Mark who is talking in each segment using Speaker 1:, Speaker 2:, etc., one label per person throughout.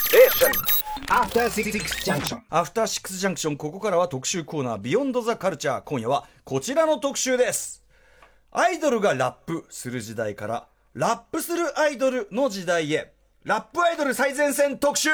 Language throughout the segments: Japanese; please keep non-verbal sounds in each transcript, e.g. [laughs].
Speaker 1: Station.
Speaker 2: After Six Junction.
Speaker 3: アフターシックスジャンクション、ここからは特集コーナー、ビヨンドザカルチャー。今夜はこちらの特集です。アイドルがラップする時代から、ラップするアイドルの時代へ、ラップアイドル最前線特集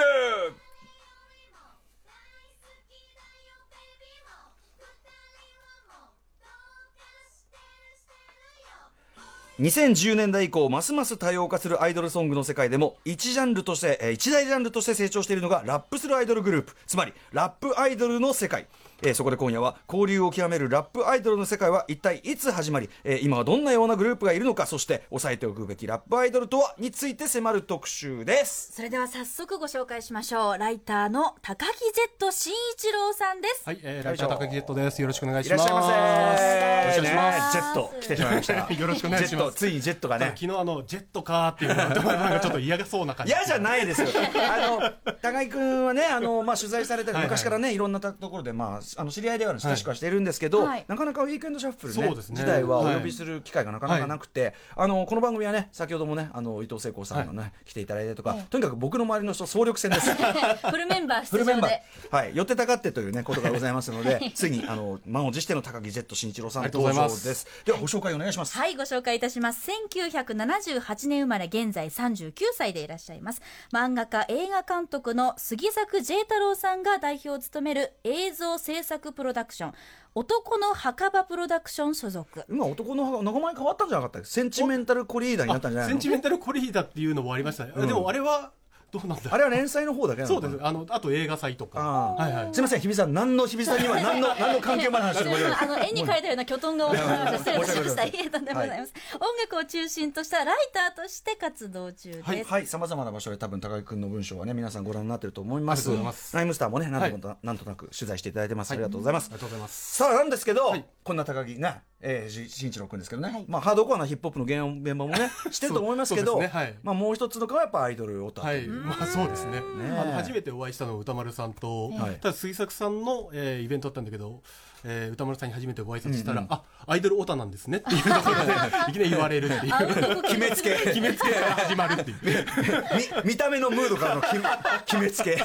Speaker 3: 2010年代以降、ますます多様化するアイドルソングの世界でも、一ジャンルとして、えー一大ジャンルとして成長しているのが、ラップするアイドルグループ。つまり、ラップアイドルの世界。えーそこで今夜は、交流を極めるラップアイドルの世界は一体いつ始まり、えー今はどんなようなグループがいるのか、そして、押さえておくべきラップアイドルとは、について迫る特集です。
Speaker 4: それでは早速ご紹介しましょう。ライターの高木ジェット新一郎さん
Speaker 3: [laughs]
Speaker 4: です。
Speaker 5: はい、えー、ライター高木ジェットです。よろしくお願い
Speaker 3: い
Speaker 5: し
Speaker 3: ら
Speaker 5: ま
Speaker 3: っ
Speaker 5: す。
Speaker 3: しゃいませ
Speaker 4: よろしくお願いします
Speaker 3: ねジェット、来てしまいました。
Speaker 5: よろしくお願いし
Speaker 3: ジェッ
Speaker 5: ま
Speaker 3: ト
Speaker 5: す。
Speaker 3: ついにジェットがね
Speaker 5: 昨。日あのジェットかーっていうのがなんかちょっと嫌がそうな感じ。
Speaker 3: 嫌じゃない
Speaker 5: [laughs]
Speaker 3: ですよ。あの、高井くんはね、あの、まあ、取材されたり
Speaker 5: はいはい
Speaker 3: 昔からね、いろんなところで、まあ、あの、知り合いではあるし
Speaker 5: はい
Speaker 3: 親しくはしているんですけど、
Speaker 4: はい
Speaker 3: なかなかウィークエンドシャッフルね、
Speaker 5: そうですね
Speaker 3: 時代はお
Speaker 5: はい
Speaker 3: 呼びする機会がなかなかなくて、あの、この番組はね、先ほどもね、あの、伊藤聖光さんのね、来ていただいてとか、とにかく僕の周りの人、総力戦
Speaker 5: [laughs]
Speaker 3: です。
Speaker 4: フルメンバー
Speaker 3: フ
Speaker 4: 出
Speaker 3: ルメン
Speaker 4: 場
Speaker 3: バー
Speaker 4: で。、
Speaker 3: はい、寄ってたかってというね、ことがございますので、 [laughs] ついに、あの、満を持しての高木ジェット慎一郎さん
Speaker 5: ありがとうご
Speaker 3: 登
Speaker 5: ざい
Speaker 3: 場で
Speaker 5: ます
Speaker 3: す。では、ご紹介お願いします。
Speaker 4: はい、ご紹介いたします。1978年生まれ、現在39歳でいらっしゃいます。漫画家、映画監督の杉作 J 太郎さんが代表を務める映像制作プロダクション、男の墓場プロダクション所属。
Speaker 3: 今、男の名前変わったんじゃなかったっけセンチメンタルコリーダーになったんじゃない
Speaker 5: セ
Speaker 3: の
Speaker 5: ンチメンタルコリーダっていうのもありましたね。でもあれはどうなんだ。
Speaker 3: あれは連載の方だけなの
Speaker 5: そ
Speaker 3: か
Speaker 5: う
Speaker 3: な
Speaker 5: です。あのあと映画祭とか。
Speaker 3: あー
Speaker 5: はいはい。
Speaker 3: すみません、日比さん、何の日比さん
Speaker 5: [laughs]
Speaker 3: には何の何の関係もない話
Speaker 4: す
Speaker 3: で
Speaker 4: いま
Speaker 3: ござ
Speaker 4: せ
Speaker 3: い
Speaker 4: ん
Speaker 3: ま
Speaker 4: あの絵に描いたような巨トンが多くなりました失礼いたしました。
Speaker 3: はい
Speaker 4: いえとんでもございます。音楽を中心としたライターとして活動中です。
Speaker 3: す。はい、さまざまな場所で多分高木君の文章はね皆さんご覧になってると思います。
Speaker 5: ありがとうございます
Speaker 3: ライムスターもねなんとか、なんとなく取材していただいてます。ありがとうございます
Speaker 5: あり。がとうございます。
Speaker 3: さあなんですけど、
Speaker 5: い
Speaker 3: こんな高木ね、えー、し慎一郎君ですけどね、まあハードコアなヒップホップの原音現場も
Speaker 5: [laughs]
Speaker 3: ねしてると思いますけど、
Speaker 5: そうですねはい
Speaker 3: まあもう一つのかはやっぱアイドルオタク、
Speaker 5: はい、まあそうですね。あの初めてお会いしたのは歌丸さんと、
Speaker 3: はい
Speaker 5: ただ杉作さんの、えーイベントだったんだけど、えー歌丸さんに初めてご挨拶したら、あ、アイドルオタなんですねっていうところ
Speaker 3: [laughs]
Speaker 5: で、いきなり言われるっていう。
Speaker 3: 決めつけ
Speaker 5: [laughs] 決めつけから始まるっていう。
Speaker 3: み [laughs] 見た目のムードからの決め決めつけ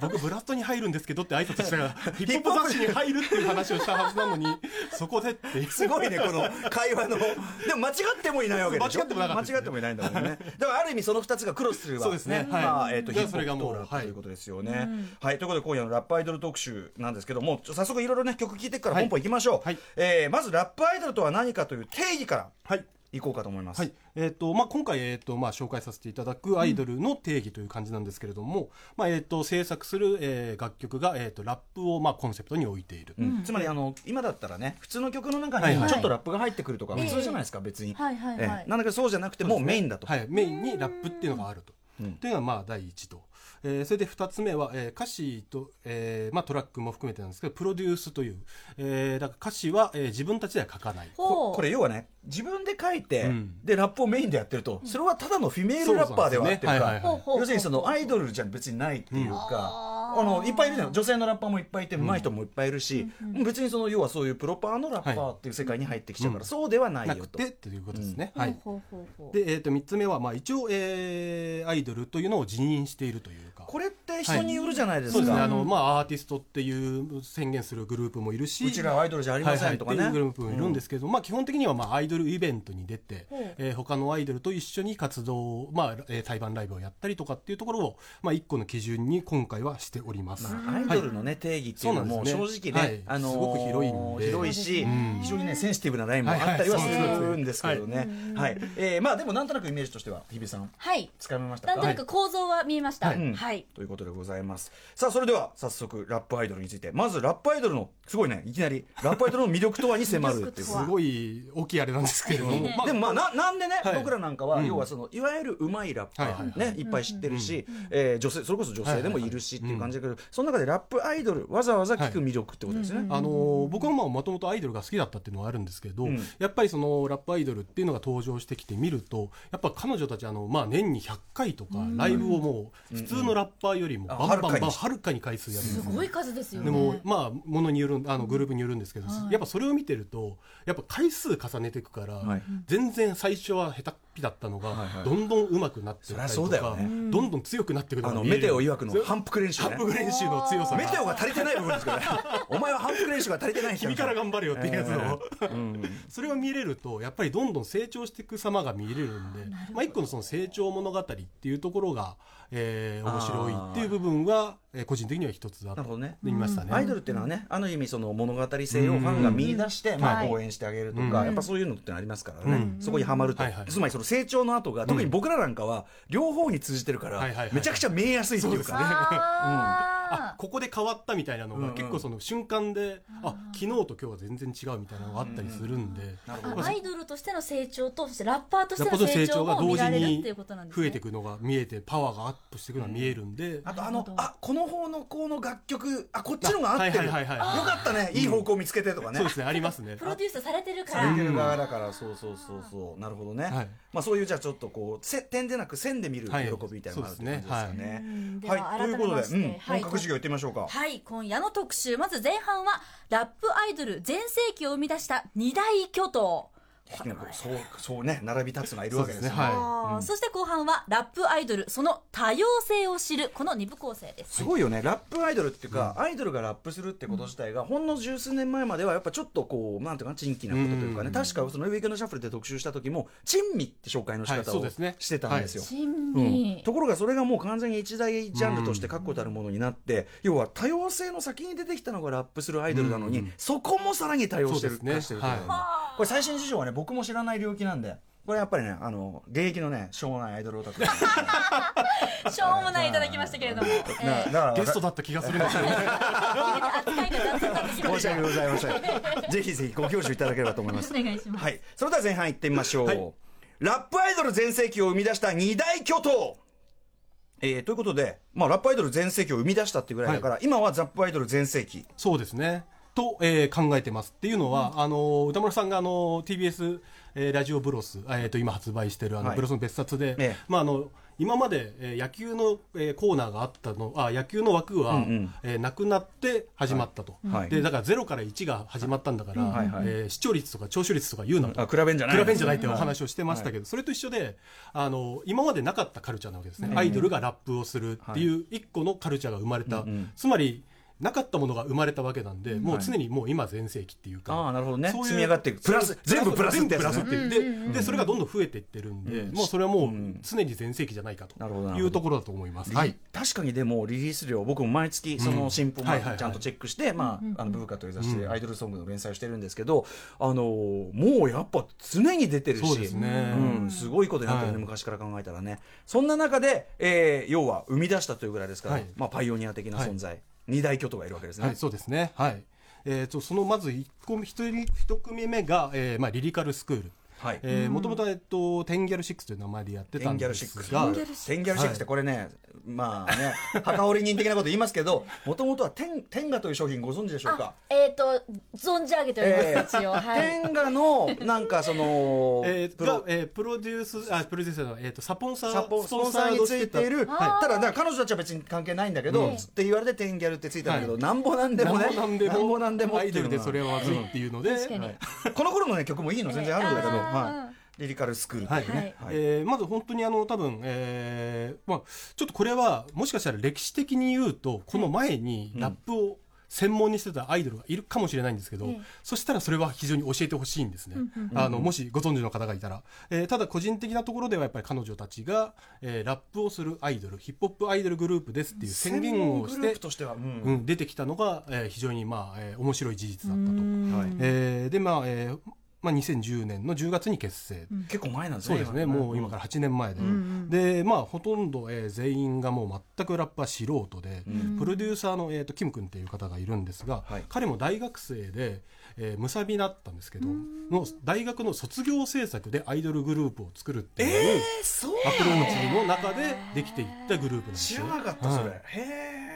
Speaker 5: 僕ブラストに入るんですけどって挨拶した [laughs] ら、ヒップホップ雑誌に入るっていう話をしたはずなのに、そこでっていう。
Speaker 3: すごいね、この会話の。でも間違ってもいないわけでしょ
Speaker 5: 間違ってもなかったです
Speaker 3: 間違ってもいないんだもんね。だからある意味その二つがクロスするわ
Speaker 5: そうですねはい
Speaker 3: まあ、えっ、と、ヒ
Speaker 5: じ
Speaker 3: ッ
Speaker 5: ゃ
Speaker 3: プ
Speaker 5: あそ
Speaker 3: ホ
Speaker 5: れ
Speaker 3: ッ
Speaker 5: が
Speaker 3: プ
Speaker 5: も
Speaker 3: と
Speaker 5: う
Speaker 3: ラップ
Speaker 5: はい
Speaker 3: ということですよね。はい、ということで今夜のラップアイドル特集なんですけども、ちょ早速いろいろね、曲聴いていくから
Speaker 5: はい
Speaker 3: 本本行きましょう。
Speaker 5: はい
Speaker 3: えーまずラップアイドルとは何かという定義から。
Speaker 5: はい。
Speaker 3: いこうかと思います。
Speaker 5: はいえーとまあ、今回、えーとまあ、紹介させていただくアイドルの定義という感じなんですけれども、まあえー、と制作する、えー楽曲が、えー、とラップを、まあ、コンセプトに置いている、
Speaker 3: うんつまりあの今だったらね普通の曲の中
Speaker 5: はい
Speaker 3: に
Speaker 5: はい
Speaker 3: ちょっとラップが入ってくるとか
Speaker 4: ええ
Speaker 3: 普通じゃないですか別に、
Speaker 4: はいはいはい
Speaker 3: ええなんだけどそうじゃなくてもうメインだと、
Speaker 5: はい、メインにラップっていうのがあると。というのがまあ第一と、えーそれで2つ目は、えー歌詞と、えーまあ、トラックも含めてなんですけどプロデュースという、えーだから歌詞は、えー自分たちでは書かない
Speaker 4: ほう
Speaker 3: これ要はね自分で書いて、
Speaker 5: うん
Speaker 3: でラップをメインでやってるとそれはただのフィメールラッパーではあってる
Speaker 5: そう
Speaker 3: か
Speaker 5: なんですねはいはいはい
Speaker 4: ほうほう
Speaker 3: 要するにそのアイドルじゃ別にないっていうか、あのいっぱいいるじゃん女性のラッパーもいっぱいいて上手い人もいっぱいいるし、別にその要はそういうプロパーのラッパーっていう世界に入ってきちゃうから、
Speaker 5: はい
Speaker 3: そうではない
Speaker 5: な
Speaker 3: よ
Speaker 5: く
Speaker 3: と。
Speaker 5: てということですね。はい
Speaker 4: ほうほうほうほう
Speaker 5: で、えー、と3つ目は、まあ、一応、えーアイドルというのを辞任しているというか。
Speaker 3: これって人によるじゃないです
Speaker 5: そうですね、
Speaker 3: か、
Speaker 5: あのまあ、アーティストっていう宣言するグループもいるし、
Speaker 3: うちらはアイドルじゃありませんとかね
Speaker 5: はいはいっていうグループもいるんですけど、まあ、基本的にはまあアイドルイベントに出て、
Speaker 4: ん
Speaker 5: えー他のアイドルと一緒に活動を、まあえー対バンライブをやったりとかっていうところを、まあ、一個の基準に今回はしております。
Speaker 3: まあアイドルのね、定義っていうのも
Speaker 5: そ
Speaker 3: 正
Speaker 5: うなんで
Speaker 3: 直
Speaker 5: すね
Speaker 3: ね、
Speaker 5: はい
Speaker 3: あのー
Speaker 5: すごく広いんで
Speaker 3: 広いし、
Speaker 5: うん
Speaker 3: 非常にねセンシティブなラインもあったりはするんですけどね、はい、えーまあでもなんとなくイメージとしては日比さん
Speaker 4: はい。
Speaker 3: つかめましたか。
Speaker 4: なんとなく構造は見えました。は。
Speaker 5: はいい
Speaker 3: ということでございますさあそれでは早速ラップアイドルについてまずラップアイドルのすごいねいきなりラップアイドルの魅力とはに迫るっていう
Speaker 4: 魅力
Speaker 5: [laughs]
Speaker 4: と
Speaker 5: す
Speaker 4: は
Speaker 5: ごい大きいあれなんですけれども、まあ
Speaker 3: でもまあななんでね、
Speaker 5: はい
Speaker 3: 僕らなんかは、要はそのいわゆるうまいラッパ
Speaker 5: はいはい
Speaker 3: ー、ねいっぱい知ってるし、えー女性それこそ女性でもいるしっていう感じだけど、その中でラップアイドルわざわざ聞く魅力ってことですね。
Speaker 5: あの僕はもともとアイドルが好きだったっていうのはあるんですけど、
Speaker 3: ん
Speaker 5: やっぱりそのラップアイドルっていうのが登場してきてみるとやっぱ彼女たちあの、まあ、年に100回とかライブをもう普通のラッパーよりも
Speaker 3: あ
Speaker 5: バンバン
Speaker 3: はるかに
Speaker 5: バンはるかに回数やるんですす
Speaker 4: ごい数ですよね。
Speaker 5: でもまあものによるあのグループによるんですけど、やっぱそれを見てるとやっぱ回数重ねていくから、
Speaker 3: はい
Speaker 5: 全然最初は下手っきだったのが、
Speaker 3: はいはい
Speaker 5: どんどん上手くなってい
Speaker 3: そ
Speaker 5: ったり
Speaker 3: りゃそう
Speaker 5: と
Speaker 3: だよ
Speaker 5: か、
Speaker 3: ね
Speaker 5: どんどん強くなっていく
Speaker 3: あ
Speaker 5: のが
Speaker 3: の
Speaker 5: 見え
Speaker 3: メ
Speaker 5: る
Speaker 3: テオ曰くの反復練習
Speaker 5: ハ
Speaker 3: ね
Speaker 5: ンプ練習の強さ
Speaker 3: メテオ
Speaker 5: が
Speaker 3: が足りてない部分です
Speaker 5: [laughs]
Speaker 3: からねお前は反復練習が足りてないんですよ
Speaker 5: 君から頑張れよっていうやつの、
Speaker 3: うん
Speaker 5: それが見れるとやっぱりどんどん成長していく様が見れるんでまあ、一個のその成長物語っていうところが、えー面白いっていう部分は、えー個人的には一つだ
Speaker 3: なるほ
Speaker 5: と
Speaker 3: どね
Speaker 5: 見ましたね。
Speaker 3: アイドルっていうのはね、ある意味その物語性をファンが見出して、まあ応援してあげるとか、
Speaker 5: はい
Speaker 3: やっぱそういうのってのありますからね、
Speaker 5: うん
Speaker 3: そこにはまると、
Speaker 5: はいはい
Speaker 3: つまりその成長の後が、特に僕らなんかは両方に通じてるから、
Speaker 5: はいはいはい
Speaker 3: めちゃくちゃ見えやすいっていうか、
Speaker 4: あー
Speaker 5: ここで変わったみたいなの
Speaker 3: うん
Speaker 5: が、
Speaker 3: うん
Speaker 5: 結構その瞬間で、あ昨日と今日は全然違うみたいなのがあったりするんで、
Speaker 3: なるほ
Speaker 4: あアイドルとしての成長とそしてラッパーとして
Speaker 5: やっぱ
Speaker 4: の
Speaker 5: り
Speaker 4: 成
Speaker 5: 成
Speaker 4: 長
Speaker 5: 長が
Speaker 4: も見
Speaker 5: 同時
Speaker 4: られるっ
Speaker 5: に
Speaker 4: ていうことなんです
Speaker 5: 増
Speaker 4: ね
Speaker 5: えていくのが見えて、パワーがアップしていくのが見えるんで、
Speaker 3: あと
Speaker 4: な
Speaker 3: あ
Speaker 4: る
Speaker 3: の
Speaker 4: ほど
Speaker 3: あこの方のこの楽曲あこっちのが合ってる、
Speaker 5: はいはいはいはい
Speaker 3: よかったねいい方向見つけてとかね、
Speaker 5: そうですね、ありますね。
Speaker 4: プロデュースされてるか
Speaker 3: され
Speaker 4: ら
Speaker 3: てる側だから、そうそうそうそうなるほどね、
Speaker 5: はい
Speaker 3: まあそういうじゃあちょっとこうせ点でなく線で見る喜
Speaker 5: はい
Speaker 3: びみたいなのがあるって感じですかね
Speaker 4: うん。で
Speaker 3: はい、
Speaker 4: は
Speaker 3: ということで、
Speaker 4: 改めまして
Speaker 3: うん
Speaker 4: はい
Speaker 3: 本格授業いってみましょうか。
Speaker 4: はい今夜の特集まず前半はラップアイドル全盛期を生み出した二大巨頭
Speaker 3: ねこうそうそうね並び立つのがいるわけですね
Speaker 5: そうですねはい
Speaker 4: あーそして後半はラップアイドルその多様性を知るこの2部構成です
Speaker 3: すごいよねラップアイドルっていうか、アイドルがラップするってこと自体が、ほんの十数年前まではやっぱちょっとこうなんていうかな珍奇なことというかね、
Speaker 5: うん
Speaker 3: 確かそのウィークのシャッフルで特集した時も珍味って紹介の仕
Speaker 5: はい
Speaker 3: 方
Speaker 5: そう
Speaker 3: を
Speaker 5: ですね
Speaker 3: してたんですよ、
Speaker 4: 珍
Speaker 3: うん
Speaker 4: 味、
Speaker 3: ところがそれがもう完全に一大ジャンルとして確固たるものになって、要は多様性の先に出てきたのがラップするアイドルなのに、
Speaker 5: うん
Speaker 3: そこもさらに多様してる
Speaker 5: そうですね
Speaker 3: 化してるというのがこれ最新事情はね僕も知らない領域なんでこれやっぱりねあの現役のね湘南アイドルオタク
Speaker 4: [laughs] しょうもないいただきましたけれども、え
Speaker 3: なだ
Speaker 4: ー
Speaker 3: から
Speaker 5: ゲストだった気がするんですよね。
Speaker 4: 扱いが雑になってきま
Speaker 3: 申
Speaker 4: し
Speaker 3: した訳ございません。ぜひぜひご教授いただければと思います。
Speaker 4: お願
Speaker 3: [laughs]
Speaker 4: いします
Speaker 3: はい。それでは前半行ってみましょう。ラップアイドル全盛期を生み出した二大巨頭。えー、ということで、まあ、ラップアイドル全盛期を生み出したっていうぐらいだから、今はザップアイドル全盛期。
Speaker 5: そうですね。と、えー考えてます。っていうのは、あの、歌丸さんが、あの、TBS、えーラジオブロス、えーと、今発売してる、あの、
Speaker 3: はい
Speaker 5: ブロスの別冊で、
Speaker 3: ええ
Speaker 5: まあ、あの、今まで、えー野球の、えーコーナーがあったの、あ、野球の枠は、
Speaker 3: んうん
Speaker 5: えーなくなって始まったと。
Speaker 3: はい
Speaker 5: で、だから0から1が始まったんだから、
Speaker 3: はいはい
Speaker 5: えー視聴率とか聴取率とか言うなと。
Speaker 3: あ、比べんじゃない。
Speaker 5: 比べんじゃないってお
Speaker 3: は
Speaker 5: 話をしてましたけど、それと一緒であの今までなかったカルチャーなわけですね、アイドルがラップをするっていう一個のカルチャーが生まれた、
Speaker 3: うんうん
Speaker 5: つまりなかったものが生まれたわけなんで、もう常にもう今全盛期っていうか、
Speaker 3: ああ、なるほどね。
Speaker 5: そういう
Speaker 3: 積み上がっていく。プラス、全部プラスってやつね
Speaker 5: 全部プラスっていうででそれがどんどん増えていってるんで、もうそれはもう常に全盛期じゃないかと
Speaker 3: なるほどなる
Speaker 5: い
Speaker 3: ほど
Speaker 5: うところだと思います。はい
Speaker 3: 確かにでもリリース量僕も毎月その新報も
Speaker 5: はいはいはい
Speaker 3: ちゃんとチェックして、まあ、あのブーカという雑誌でアイドルソングの連載をしてるんですけど、あのもうやっぱ常に出てるし
Speaker 5: そうですね
Speaker 3: うん、すごいことになってるね、
Speaker 5: はい
Speaker 3: 昔から考えたらねそんな中で、えー要は生み出したというぐらいですから、
Speaker 5: はい
Speaker 3: まあ、パイオニア的な存在、二大巨頭がいるわけですね。
Speaker 5: はい、そうですね。はい。えー、とそのまず一個目一人一組目が、えーまあ、リリカルスクール
Speaker 3: はい
Speaker 5: えーもともと、えっと、テンギャル6という名前でやって
Speaker 3: テ
Speaker 5: た
Speaker 3: ン
Speaker 5: ん
Speaker 3: ギャル
Speaker 5: で
Speaker 3: シック
Speaker 5: す
Speaker 3: ス。
Speaker 5: が、
Speaker 3: テンギャルシックステンギャルシックスってこれね、まあね、墓織り人的なこと言いますけど、もともとはテン、テンガという商品ご存知でしょうか
Speaker 4: あえっ、と存じ上げております、
Speaker 3: ええ
Speaker 4: 一応はい
Speaker 3: テンガの、なんかその、
Speaker 5: えー
Speaker 3: プロ
Speaker 5: がえープロデュース、あ、プロデュースの、えー、とサポンサー、
Speaker 3: サポスポンサーについている、
Speaker 4: はい
Speaker 3: ただだから彼女たちは別に関係ないんだけど、
Speaker 4: うん
Speaker 3: って言われてテンギャルってついたんだけど、
Speaker 5: は
Speaker 3: なんぼなんで
Speaker 5: で
Speaker 3: も
Speaker 5: も
Speaker 3: ね
Speaker 5: ね、なんでも、
Speaker 3: なんぼなんでもっ
Speaker 5: ア
Speaker 3: て
Speaker 5: イ
Speaker 3: いうの
Speaker 5: ド
Speaker 3: が
Speaker 5: ルでそれはまずいっていうので、
Speaker 4: 確かに、
Speaker 5: はい
Speaker 3: この頃のね曲もいいの全然あるんだけど、
Speaker 4: ええあー
Speaker 3: はい、リリカルスクールって
Speaker 5: はい
Speaker 3: いうね、はい
Speaker 5: えーまず本当にあの多分、えーまあ、ちょっとこれはもしかしたら歴史的に言うとこの前にラップを専門にしてたアイドルがいるかもしれないんですけど、
Speaker 4: ええ
Speaker 5: そしたらそれは非常に教えてほしいんですね、あのもしご存知の方がいたら、えーただ個人的なところではやっぱり彼女たちが、えーラップをするアイドルヒップホップアイドルグループですっていう宣言を
Speaker 3: 専門グ
Speaker 5: し
Speaker 3: ル
Speaker 5: て
Speaker 3: ープとしては、うん
Speaker 5: うん、出てきたのが、えー非常に、まあえー面白い事実だったと、
Speaker 3: はい
Speaker 5: えーで、まあえーまあ、2010年の10月に結成、
Speaker 3: 結構前なんです
Speaker 5: そう
Speaker 3: ね
Speaker 5: ですね、もう今から8年前で、でまあほとんど、えー全員がもう全くラッパー素人で、プロデューサーの、えー、とキム君っていう方がいるんですが、
Speaker 3: はい
Speaker 5: 彼も大学生で、えー、ムサビだったんですけど、の大学の卒業制作でアイドルグループを作るっていう、
Speaker 3: えーそう
Speaker 5: アプローチの中でできていったグループなんです
Speaker 3: 知
Speaker 5: よ
Speaker 3: ら。なかったそれ、
Speaker 5: は
Speaker 3: へえ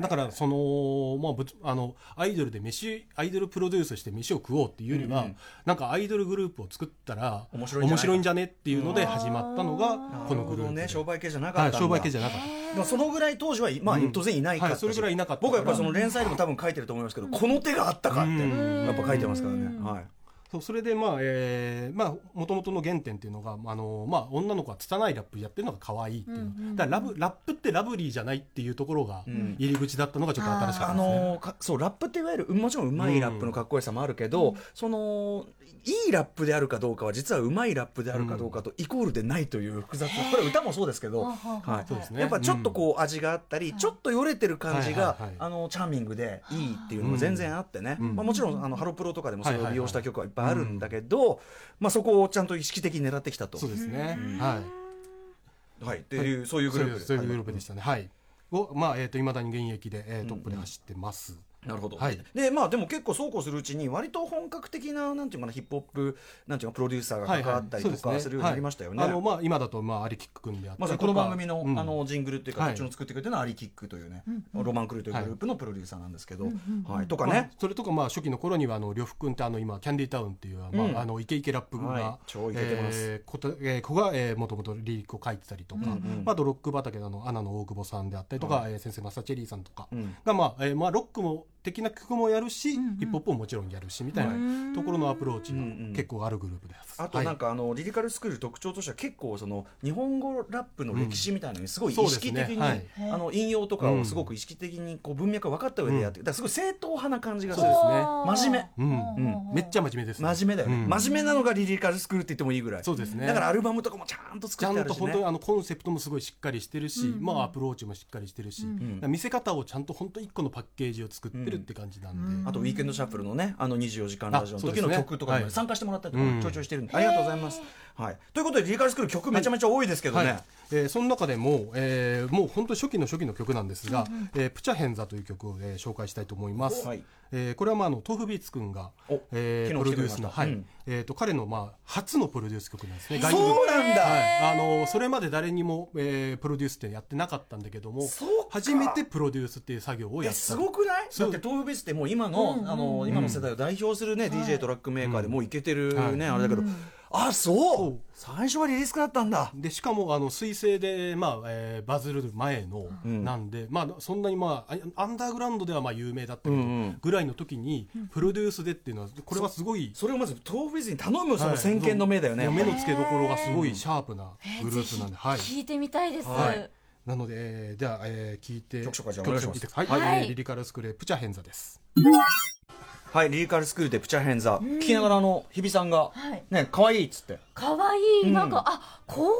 Speaker 5: だからその、まあ、ぶつあのアイドルで飯アイドルプロデュースして飯を食おうっていうよりは、
Speaker 3: うんうん
Speaker 5: なんかアイドルグループを作ったら
Speaker 3: 面白いんじゃないか
Speaker 5: んじゃねっていうので始まったのがこのグループで
Speaker 3: ね商売系じゃなか
Speaker 5: は
Speaker 3: っ
Speaker 5: い、
Speaker 3: たんだ、
Speaker 5: 商売系じゃなかった。
Speaker 3: でもそのぐらい当時は、まあ、
Speaker 5: うん
Speaker 3: 当然いないかったし、
Speaker 5: はいそれぐらいいなかった
Speaker 3: 僕はやっぱりその連載でも多分書いてると思いますけど、この手があったかって、
Speaker 5: うん
Speaker 3: やっぱ書いてますからね、はい
Speaker 5: そうそれでまあ、えー、まあ、元々の原点っていうのが、あの、まあ、女の子が拙いラップやってるのが可愛いっていうの。
Speaker 4: うんうんうん
Speaker 5: だからラブ、ラップってラブリーじゃないっていうところが、
Speaker 3: ん
Speaker 5: 入り口だったのがちょっと新しか
Speaker 3: あ
Speaker 5: ったですね。
Speaker 3: のーかそうラップっていわゆるうんもちろんうまいラップのかっこよさもあるけど、そのいいラップであるかどうかは実はうまいラップであるかどうかとイコールでないという複雑な、これ歌もそうですけど、
Speaker 4: はあはあはあ
Speaker 3: はい
Speaker 5: そうですね
Speaker 3: やっぱちょっとこう味があったり、ちょっとよれてる感じが、
Speaker 5: はいはいはい
Speaker 3: あのチャーミングでいいっていうのも全然あってね、
Speaker 5: うん
Speaker 3: まあ、もちろんあのハロプロとかでもそれを利用した曲はいっぱいあるんだけど、まあ、そこをちゃんと意識的に狙ってきたと
Speaker 5: そうですね。はい。
Speaker 3: はい、っていう、そういうグループで
Speaker 5: そういうグループでしたね。はい。を、まあ、えっ、と、いまだに現役で、えートップで走ってます。
Speaker 3: なるほど、
Speaker 5: はい
Speaker 3: でまあでも結構そうこうするうちに割と本格的ななんていうのかなヒップホップなんていうのプロデューサーが関わったりと
Speaker 5: そうで
Speaker 3: かするようになりましたよね。
Speaker 5: はいあの、まあ、今だと、まあ、アリキック君であったり
Speaker 3: まさ
Speaker 5: と
Speaker 3: に
Speaker 5: か
Speaker 3: この番組の,、
Speaker 5: うん
Speaker 3: あのジングルっていうか、
Speaker 5: はい
Speaker 3: こっちの作ってくれてるのはアリキックというね、ロマンクルーというグループのプロデューサーなんですけど、はい、とか
Speaker 5: まあ
Speaker 3: ね、
Speaker 5: それとかまあ初期の頃にはあの呂布君ってあの今キャンディータウンっていう、まあ
Speaker 3: うん
Speaker 5: あのイケイケラップが、
Speaker 3: はい超イケてます
Speaker 5: えーことえー子がえーもともとリリックを書いてたりとか、まあドロック畑のあのアナの大久保さんであったりとか、えー先生マサチェリーさんとか
Speaker 3: ん
Speaker 5: が、まあえーまあロックも的な曲もやるし、ヒップホップももちろんやるしみたいなところのアプローチが結構あるグループです。
Speaker 3: あとなん
Speaker 5: か
Speaker 3: かあの、リリカルスクール特徴としては結構その日本語ラップの歴史みたいなのにすごい意
Speaker 5: うんそうで
Speaker 3: 識
Speaker 5: す
Speaker 3: 的
Speaker 5: ね
Speaker 3: に、
Speaker 5: はい
Speaker 3: あの引用とかをすごく意識的にこう文脈が分かった上でやって、だからすごい正統派な感じがする
Speaker 5: そうですね
Speaker 3: 真面
Speaker 5: うん
Speaker 3: うん
Speaker 5: めっちゃ真面目です、
Speaker 3: 真面目だよね、
Speaker 5: うん
Speaker 3: 真面目なのがリリカルスクールって言ってもいいぐらい
Speaker 5: そうですね
Speaker 3: だからアルバムとかもちゃんと
Speaker 5: ち
Speaker 3: 作
Speaker 5: ゃ
Speaker 3: ってあ
Speaker 5: ん
Speaker 3: る
Speaker 5: と
Speaker 3: し
Speaker 5: 本
Speaker 3: ね
Speaker 5: 当にあのコンセプトもすごいしっかりしてるし、まあアプローチもしっかりしてるし、だから見せ方をちゃんと本当一個のパッケージを作ってるって感じなんで、
Speaker 3: あとウィークエンドシャッフルのねあの24時間ラジオの
Speaker 5: あそう
Speaker 3: 時
Speaker 5: です
Speaker 3: の
Speaker 5: ね
Speaker 3: 曲とかにも
Speaker 5: はい
Speaker 3: 参加してもらったりとか
Speaker 5: う
Speaker 3: も
Speaker 5: ん
Speaker 3: ちょいちょいしてるんで、ありがとうございます、はい、ということでリリカルスクール曲めちゃめちゃ多いですけどね、
Speaker 5: はいえーその中でも、えーもう本当初期の初期の曲なんですが「えープチャヘンザ」という曲を、えー紹介したいと思います、
Speaker 3: はい
Speaker 5: えーこれは、まあ、あの豆腐ビーツくんが
Speaker 3: お、
Speaker 5: えー
Speaker 3: 昨
Speaker 5: プ
Speaker 3: 日来てく
Speaker 5: ロデュ
Speaker 3: れ
Speaker 5: ー
Speaker 3: ました
Speaker 5: スの、はい
Speaker 3: うん
Speaker 5: えー、と彼の、まあ、初のプロデュース曲なんですね外部
Speaker 3: そうなんだ、
Speaker 5: はい、あのそれまで誰にも、えープロデュースってやってなかったんだけども
Speaker 3: そうか
Speaker 5: 初めてプロデュースっていう作業を
Speaker 3: え
Speaker 5: やった
Speaker 3: すごくないだ
Speaker 5: そ
Speaker 3: っ
Speaker 5: う
Speaker 3: て東武ベースってもう今の,、あの今の世代を代表するね、DJ トラックメーカーでもういけてる
Speaker 5: はい
Speaker 3: ね、あれだけど、あそう
Speaker 5: そう
Speaker 3: 最初はリリースクだったんだ
Speaker 5: でしかもあの彗星で、まあえーバズる前のなんで、まあ、そんなに、まあ、あアンダーグラウンドではまあ有名だったけど、
Speaker 3: うんうん
Speaker 5: ぐらいの時にプロデュースでっていうのはこれはすごい
Speaker 3: それをまず東武ベースに頼むそ
Speaker 5: は
Speaker 3: の
Speaker 5: い
Speaker 3: 先見の目だよね、
Speaker 5: もう
Speaker 3: やっぱ
Speaker 5: 目
Speaker 3: り
Speaker 5: の付けどころがすごいシャープなグループなんで、はい
Speaker 4: 聞いてみたいです、
Speaker 5: はい、なので、えー、では、えー聞いて
Speaker 3: 曲紹介じゃあお願いします
Speaker 5: 曲紹介はい、
Speaker 4: はい
Speaker 5: えーリリカルスクレープチャヘンザです
Speaker 3: はい、リリカルスクールでプチャヘンザ、聞きながらあの日比さんが、
Speaker 4: はい
Speaker 3: ね可愛いっつって
Speaker 4: かわいい、なんかあこうい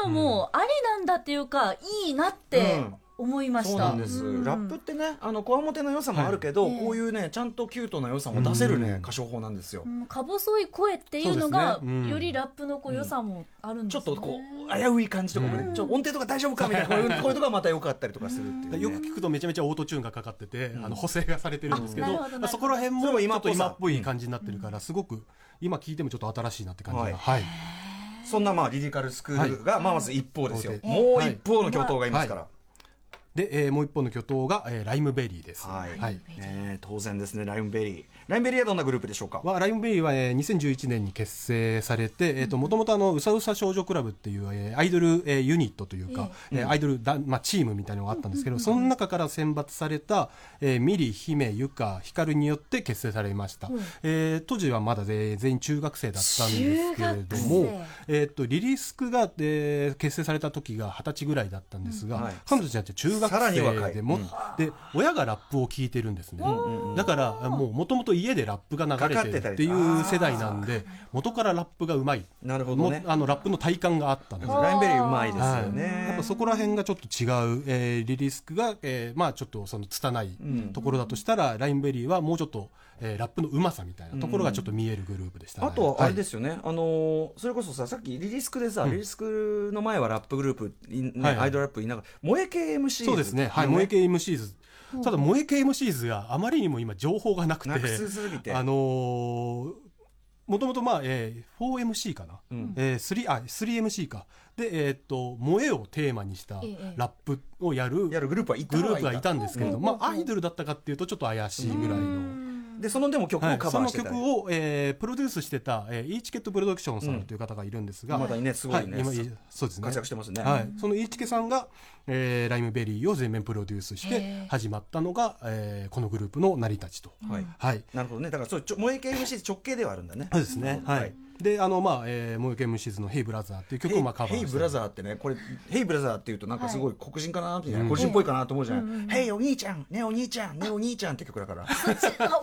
Speaker 4: うのもありなんだっていうかいいなって思いました、
Speaker 3: そうなんです、ラップってねあのこわもての良さもあるけど、
Speaker 4: はい
Speaker 3: こういうねちゃんとキュートな良さも出せるね、
Speaker 5: うん
Speaker 3: 歌唱法なんですよ、
Speaker 4: うんか細い声っていうのが
Speaker 5: そうですねうん
Speaker 4: よりラップのこう良さもあるんで
Speaker 3: ち
Speaker 4: す
Speaker 3: ょ
Speaker 4: ね
Speaker 3: っとこう危うい感じとかもね、ちょっと音程とか大丈夫かみたいなこういうこういうとこがまた良かったりとかするっていうね、
Speaker 5: よく聞くとめちゃめちゃオートチューンがかかってて、あの補正がされてるんですけ
Speaker 4: あ
Speaker 5: ど,、
Speaker 4: なるほどなるほど
Speaker 5: そこら辺
Speaker 3: それ
Speaker 5: も
Speaker 3: も
Speaker 5: ち
Speaker 3: 今
Speaker 5: ょ
Speaker 3: っ
Speaker 5: っ
Speaker 3: ぽさ
Speaker 5: と今っぽい感じになってるから、すごく今聞いてもちょっと新しいなって感じが、
Speaker 3: はい
Speaker 5: はい
Speaker 3: そんなまあリリカルスクールが、まあまず一方ですよ、
Speaker 5: はい
Speaker 3: もう一方の巨頭がいますから、
Speaker 5: で、えーもう一本の巨頭が、えーライムベリーです、
Speaker 3: はい、
Speaker 5: はい
Speaker 3: ね、当然ですねライムベリーライムベリーはどんなグループでしょうか
Speaker 5: はライムベリーは、えー2011年に結成されて、えーともともとあのうさうさ少女クラブっていう、えーアイドル、えーユニットというか、えーアイドルだ、まあ、チームみたいなのがあったんですけど、その中から選抜された、えーミリ姫ゆかヒカルによって結成されました、えー当時はまだ、えー全員中学生だったんですけれど
Speaker 4: 中学
Speaker 5: も、えー、とリリースクが、えー結成された時が二十歳ぐらいだったんですが、
Speaker 3: うんはい
Speaker 5: 彼女たちは中学
Speaker 3: さらに若い
Speaker 5: 生でも、
Speaker 3: うん
Speaker 5: で親がラップを聴いてるんですね、だからもうもともと家でラップが流れてるって
Speaker 3: か
Speaker 5: い
Speaker 3: かってたり
Speaker 5: う世代なんで元からラップがうまい
Speaker 3: なるほどね
Speaker 5: もあのラップの体感があったんですよ
Speaker 3: ライムベリーうまいですよね、
Speaker 5: はい、やっぱそこら辺がちょっと違う、えーリリースクが、えーまあちょっとその拙いところだとしたら、ライムベリーはもうちょっと、えーラップのうまさみたいなところがちょっと見えるグループでしたね、、
Speaker 3: あとはあれですすよね、あのーそれこそささっきリリスクでさ、リリスクの前はラップグループ、いね
Speaker 5: はいはい
Speaker 3: アイドルラップいながら萌え系 MC
Speaker 5: そうですね、はい、萌え系 MCs ただ萌え系 MCs があまりにも今情報がなくて
Speaker 3: なくすすぎて
Speaker 5: あのーもともと、まあ、えー、4MC かな、えー、3、あ、3MC か。で、えーっと、萌えをテーマにした
Speaker 4: ええ
Speaker 5: ラップをやる
Speaker 3: やるグループはいた
Speaker 5: グループがいたんですけれど、
Speaker 4: うん
Speaker 5: まあ、アイドルだったかっていうと、ちょっと怪しいぐらいの。
Speaker 3: でそのでも曲
Speaker 5: は
Speaker 3: を
Speaker 5: い
Speaker 3: カ
Speaker 5: そ
Speaker 3: バー
Speaker 5: の
Speaker 3: してたり、
Speaker 5: 曲を、えープロデュースしてた、えー、イーチケットプロダクションさんという方がいるんですが、
Speaker 3: うんまだねすごいね
Speaker 5: は今そうですね
Speaker 3: 活躍してますね
Speaker 5: はい、そのイーチケさんが、えーライムベリーを全面プロデュースして始まったのが、えーこのグループの成り立ちと。
Speaker 3: はい
Speaker 5: はい
Speaker 3: なるほどねだからそうちょ萌え系 MC 直系ではあるんだね
Speaker 5: そうですね。はい。
Speaker 3: はい
Speaker 5: で、あの、まあ、えー、モイケムシーズのヘイブラザーっていう曲をまあカバー
Speaker 3: ヘイ
Speaker 5: して。
Speaker 3: ブラザーってねこれヘイブラザーっていうとなんかすごい黒人かなって、黒人っぽいかなと思うじゃない「ヘイお兄ちゃんねお兄ちゃんねお兄ちゃん」って曲だか
Speaker 4: あ
Speaker 3: ら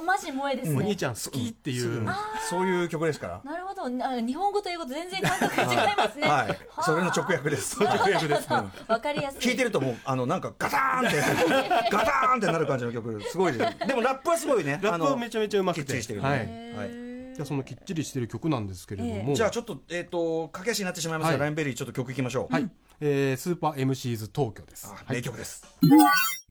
Speaker 4: マジ萌えです
Speaker 5: お兄
Speaker 4: ね。
Speaker 5: ちゃん好きっていう。
Speaker 3: そういう曲ですから
Speaker 4: なるほど。な日本語と英語と全然感覚が違いますね。
Speaker 3: はいそれの直訳です [laughs] 直訳です
Speaker 4: わかりやすい。
Speaker 3: 聞いてるともうあのなんかガターンって [laughs] ガターンってなる感じの曲すごいですでもラップはすごいね
Speaker 5: ラップ
Speaker 3: あ
Speaker 5: は
Speaker 3: の
Speaker 5: めちゃめちゃうまくて。
Speaker 3: きっちりしてるね
Speaker 5: はい。
Speaker 3: はい
Speaker 5: じゃあそのきっちりしてる曲なんですけれども。
Speaker 3: じゃあちょっとえっ、と駆け足になってしまいますが、
Speaker 5: はい
Speaker 3: ラインベリーちょっと曲いきましょう
Speaker 5: はい。えー、スーパー MCs 東京です。
Speaker 3: 名曲です。